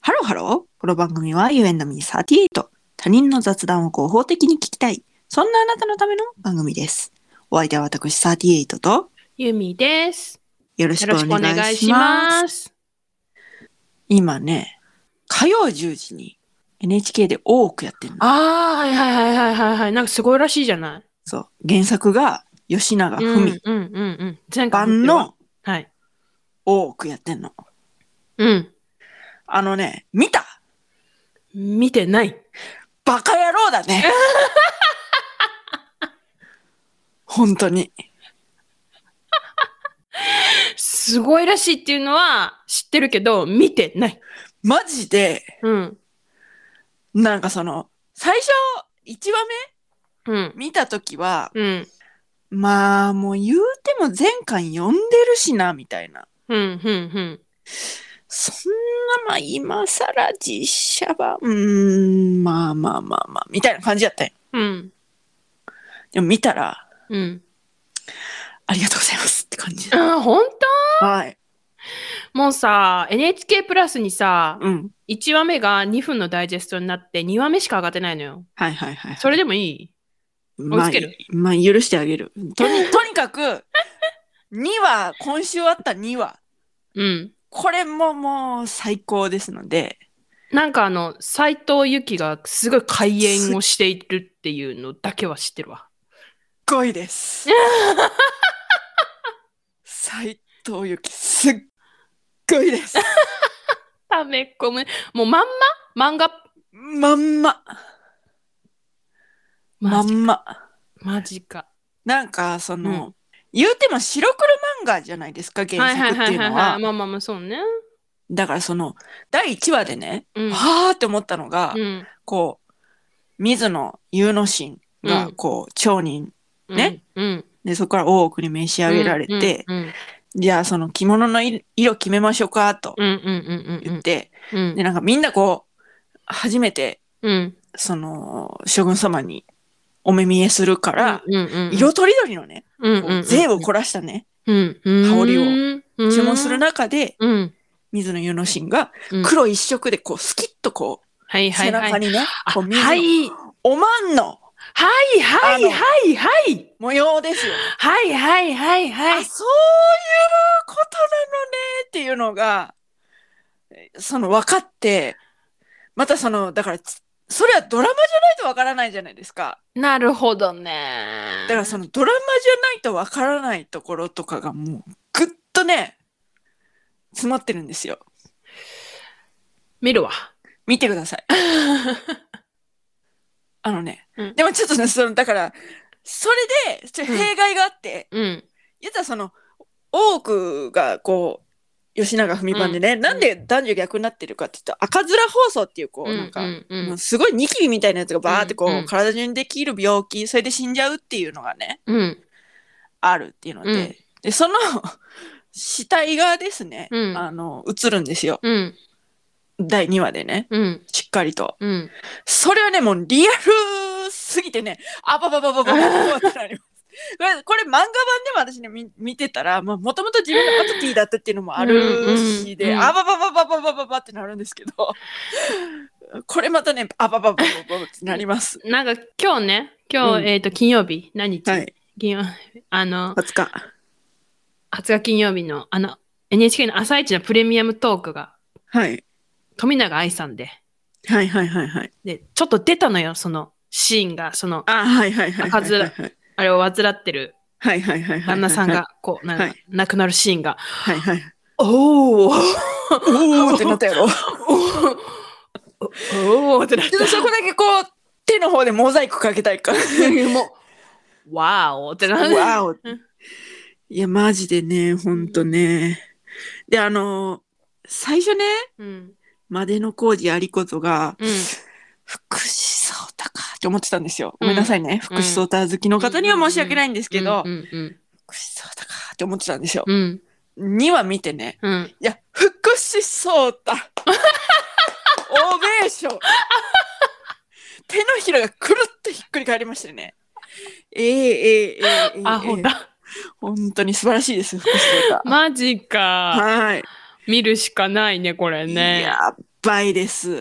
ハロー。この番組は You and me38。他人の雑談を合法的に聞きたい。そんなあなたのための番組です。お相手は私38とゆみです。よろしよくろおしくお願願いいしします。ます。今ね、火曜10時に NHK で多くやってるの。ああ、はいはいはいはいはいはい。なんかすごいらしいじゃない。そう。原作が吉永うんう文んうんうん。前回版のはい。多くやってんの。うん。あのね、見た見てない。バカ野郎だ ね。本当に。すごいらしいっていうのは知ってるけど、見てない。マジで、うん。なんかその、最初、1話うん。目見たときは、うん。まあ、もう言うても前回読んでるしな、みたいな。うん。うん。うん。そんな、まあ、今更実写版、うーん、まあまあまあまあ、みたいな感じだったんようん。でも見たら、うん。ありがとうございますって感じ。あー、ほんとはい。もうさ、NHK プラスにさ、うん。 1話目が2分のダイジェストになって、2話目しか上がってないのよ。はいはいはい。それでもいいまあ追いつける、まあ、許してあげる。と に、とにかく、2話、今週あった2話、うん。これももう最高ですので、なんかあの、斎藤由貴がすごい開演をしているっていうのだけは知ってるわ。すっごい です。斉藤由貴、すっごいです。ため込む。もうまんま漫画。まんま、まマジんま。マジか。なんか、その、う言うても白黒漫画じゃないですか、原はいはい作っはていいうはいのは。。はいまあまあまあ、そうね。だからその、第1話でね、うん。はーって思ったのが、うん。こう、水野祐之進がう、んこう、町人、ね。うん。で、そこから大奥に召し上げられて、うん。じゃあその着物の色色決めましょうか、とうんうんうんう言っんて、うん。うんで、なんかみんなこう、初めて、うん。その、将軍様にお目見えするから、うんうんうん、色とりどりのね、うんうんこう、うん税を凝らしたね、うんうん、羽羽織をを注文する。中で、うん。水野湯之進がうん、黒一色でこう、スキッとこ、はいはいうはい。背中にね、あこう水野、はい。おまんのはいはいはいはい。模様ですよ。はいはいはいはあい。そういうことなのねっていうのが、えその分かって、またその、だから、つそれはドラマじゃないと分からないじゃないですか。なるほどね。だからそのドラマじゃないとわからないところとかがもうぐっとね、詰まってるんですよ。見るわ。見てください。あのね、うんでもちょっとね、その、だから、それで、ちょうん弊害があって、うん。言ったらその、多くがこう、吉永文版でね、うんなんで男女逆になってるかって言うと、赤面放送っていうこう、なんか、うんうもうんすごいニキビみたいなやつがバーってこう、うんうん体中にできる病気、それで死んじゃうっていうのがね、うん。あるっていうので、うんでその死体がですね、うんあの映るんですようん。第2話でねうん。しっかりとうん。それはねもうリアルすぎてねあばばばばばばばばってなりますこれこれ漫画版でも私ねみ見てたらもともと自分のパトティだったっていうのもあるしで、うんうんうんあばばばばばばばばってなるんですけどこれまたねあばばばばばばってなりますなんか今日ね、今うん日、えっと、金曜日、何は日い金曜、あの、 20日20日金曜日の、あの、NHK の朝一のプレミアムトークが、はい富永愛さんで、はいはいはいはいで、ちょっと出たのよ、そのシーンが、その、あはいはいはいはいはいはいあれを患ってるはいはいはいはいはい。旦那さん。が、こう、なんはかい、亡くなるシー ンが、はいはい。おーお おってなったやろ。おおーってなっちょっとそこだけこう、手の方でモザイクかけたいから。た。 もう、わーおってなる。わお。いや、マジでね、ほんとね。で、あの、最初ね、うん。までの工事ありことが、うん。福士蒼太かって思ってたんですよ。ごうめんんなさいね。福士蒼太好きの方には申し訳ないんですけどう、んうん福士蒼太かって思ってたんですよ。うん。 2話見てね、うん。うん。いや、福士蒼太 オベーション手のひらがくるっとひっくり返りましたよね。ええええええええあ、ほら。本当に素晴らしいです、福士蒼太。マジか。はい。見るしかないね、これね。やばいです。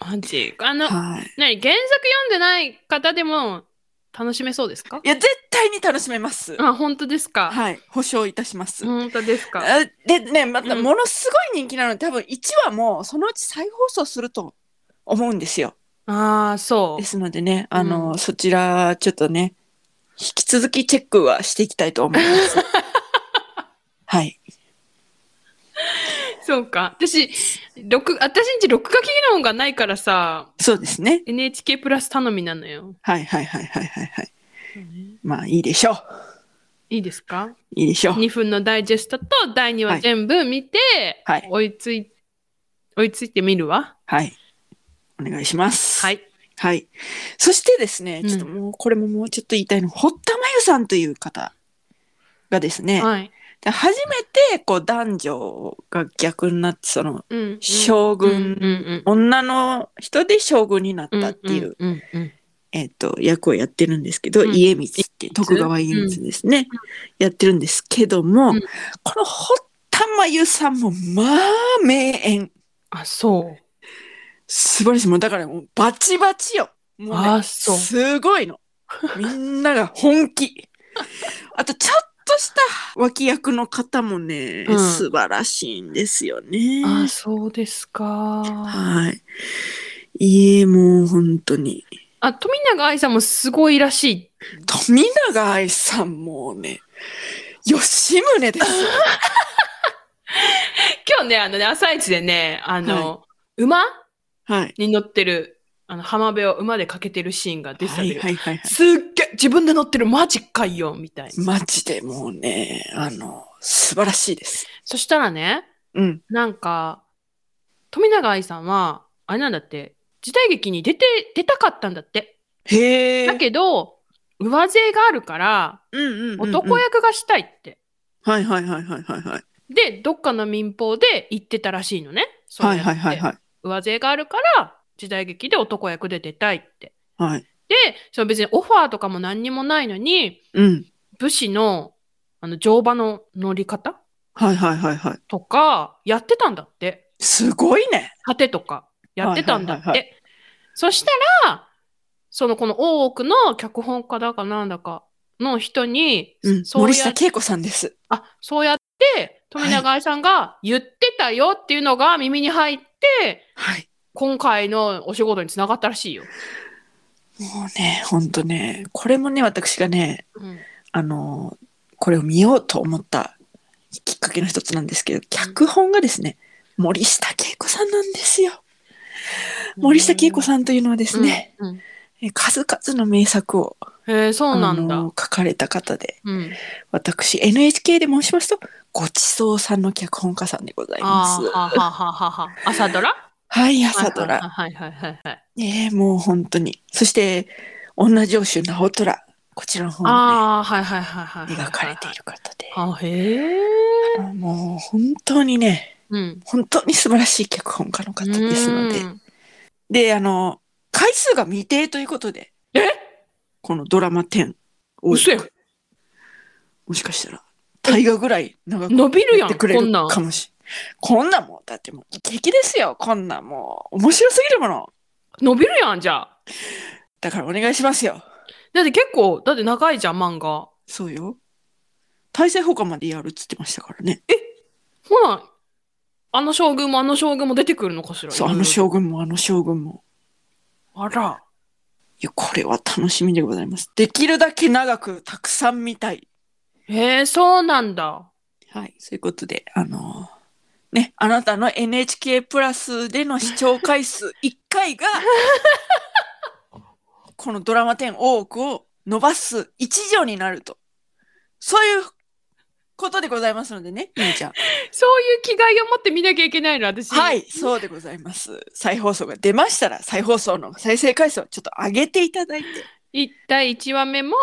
マジ。あの、はい。何原作読んでない方でも楽しめそうですかいや、絶対に楽しめます。あ、本当ですか。はい。保証いたします。本当ですか。あでね、またうんものすごい人気なので、多分1話もそのうち再放送すると思うんですよ。ああ、そでう。すのでね、あの、うんそちらちょっとね、引き続きチェックはしていきたいと思いま す。はい。そうか。私、録、私んち録画機能がないからさ、そうですね。 NHK プラス頼みなのよ。はいはいはいはいはいはい。まあいいでしょう。いいですかいいでしょう。 2分のダイジェストと第2は話い全部見て、はい追いつい追いついてみるわはい。お願いします。は。いはい。そしてですね、うんちょっともう、これももうちょっと言いたいの、堀田真由さんという方がですね、はいで初めてこう男女が逆になって、その、うんうん将軍、うん女の人で将軍になっうんたっていう、うんうんえっ、と、役をやってるんですけど、うん家光って、徳川家光ですね、やってるんですけども、うんこの堀田真由さんも、まあ、名演。あそう素晴らしい。もうだからもうバチバチよ。もうね、あそうすごいの。みんなが本 気。あと、ちょっとした脇役の方もね、うん素晴らしいんですよね。あそうですかはい。いえ、もう本当に。あ富永愛さんもすごいらしい富永愛さんもね、吉宗ですよ。今日ねあのね朝一でねあの、馬はい。に乗ってるあの浜辺を馬でかけてるシーンが出てたはけいど、はいはいはい。すっげえ自分で乗ってるマジかよみたいなマジでもうね、あの、素晴らしいです。そしたらねうん。なんか、富永愛さんは、あれなんだって、時代劇に出て、出たかったんだって。へえ。だけど、上背があるから、うんうんうんうん男役がしたいって。はいはいはいはいはいはい。で、どっかの民放で行ってたらしいのね。そうはやいってはいはいはい。上背があるから、時代劇で男役で出たいって。はい。で、その別にオファーとかも何にもないのに、うん。武士の、あの、乗馬の乗り方はいはいはいはい。とか、やってたんだって。すごいね。果てとかやってたんだって。はいはいはそしたら、そのこの大奥の脚本家だかなんだかの人に、うん。そう森や下恵子さんです。あそうやって富永愛さんが言ってたよっていうのが耳に入って、はい。今回のお仕事につながったらしいよ。もうね、ほんとね、これもね、私がね、うんあの、これを見ようと思ったきっかけの一つなんですけど、脚本がですね、森下恵子さんなんですよ。森下恵子さんというのはですね、うんうんえ数々の名作を、へえそうなあんだの。書かれた方で、うん、私、NHK で申しますと、ごちそうさんの脚本家さんでございまあす。ーははははは。朝ドラはい、朝ドラ。はいはいはいはい。ねえ、もう本当に。そして、女上手直虎。こちらの方もああー、はいはいはいはね、いはい。描かれている方で。あへえ。もう本当にね、うん。本当に素晴らしい脚本家の方ですのでう。んで、あの、回数が未定ということで。えこのドラマ10を。嘘やんもしかしたら、大河ぐらい長く伸びるややっん、てくれこるんなん。かもしこんなん。こんなんもう、だってもう、劇ですよ。こんなんもう、面白すぎるもの。伸びるやん、じゃあ。だからお願いしますよ。だって結構、だって長いじゃん、漫画。そうよ。大政奉還までやるっつってましたからね。ほな、あの将軍もあの将軍も出てくるのかしら。そう、あいろのいろ将軍もあの将軍も。あら。いや、これは楽しみでございます。できるだけ長くたくさん見たい。へえ、そうなんだ。はい。そういうことで、あのーね、あなたの NHK プラスでの視聴回 数1回が、このドラマ10多くを伸ばす一助になると。そういうことでございますのでね、みゆちゃん。そういう気概を持って見なきゃいけないの、私。はい、そうでございます。再放送が出ましたら、再放送の再生回数をちょっと上げていただいて。一体1話目も、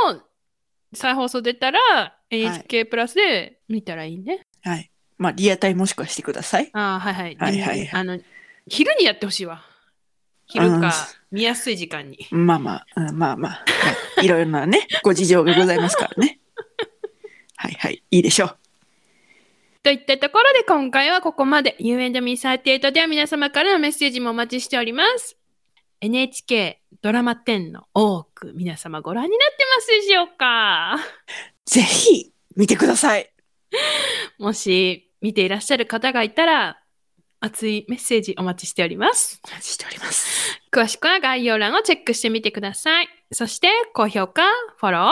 再放送出たら、NHK プラスで見たらいいね。はい。まあ、リアタイもしくはしてください。ああ、はいはい。はいはいはあの、昼にやってほしいわ。昼あかー、見やすい時間に。まあまあ、うんまあまあ、はいいろいろなね、ご事情がございますからね。はいはい、いいでしょう。といったところで今回はここまで U&Me38 では皆様からのメッセージもお待ちしております NHK ドラマ10の多く皆様ご覧になってますでしょう かぜひ見てください。もし見ていらっしゃる方がいたら熱いメッセージお待ちしておりますお待ちしております。詳しくは概要欄をチェックしてみてくださいそして高評価フォロー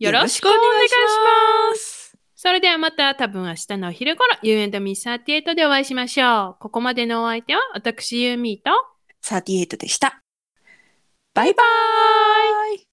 よろしくお願いしますす。それではまた多分明日のお昼頃 You&Me38 でお会いしましょうここまでのお相手は私ユーミーと38でした。バイバイ。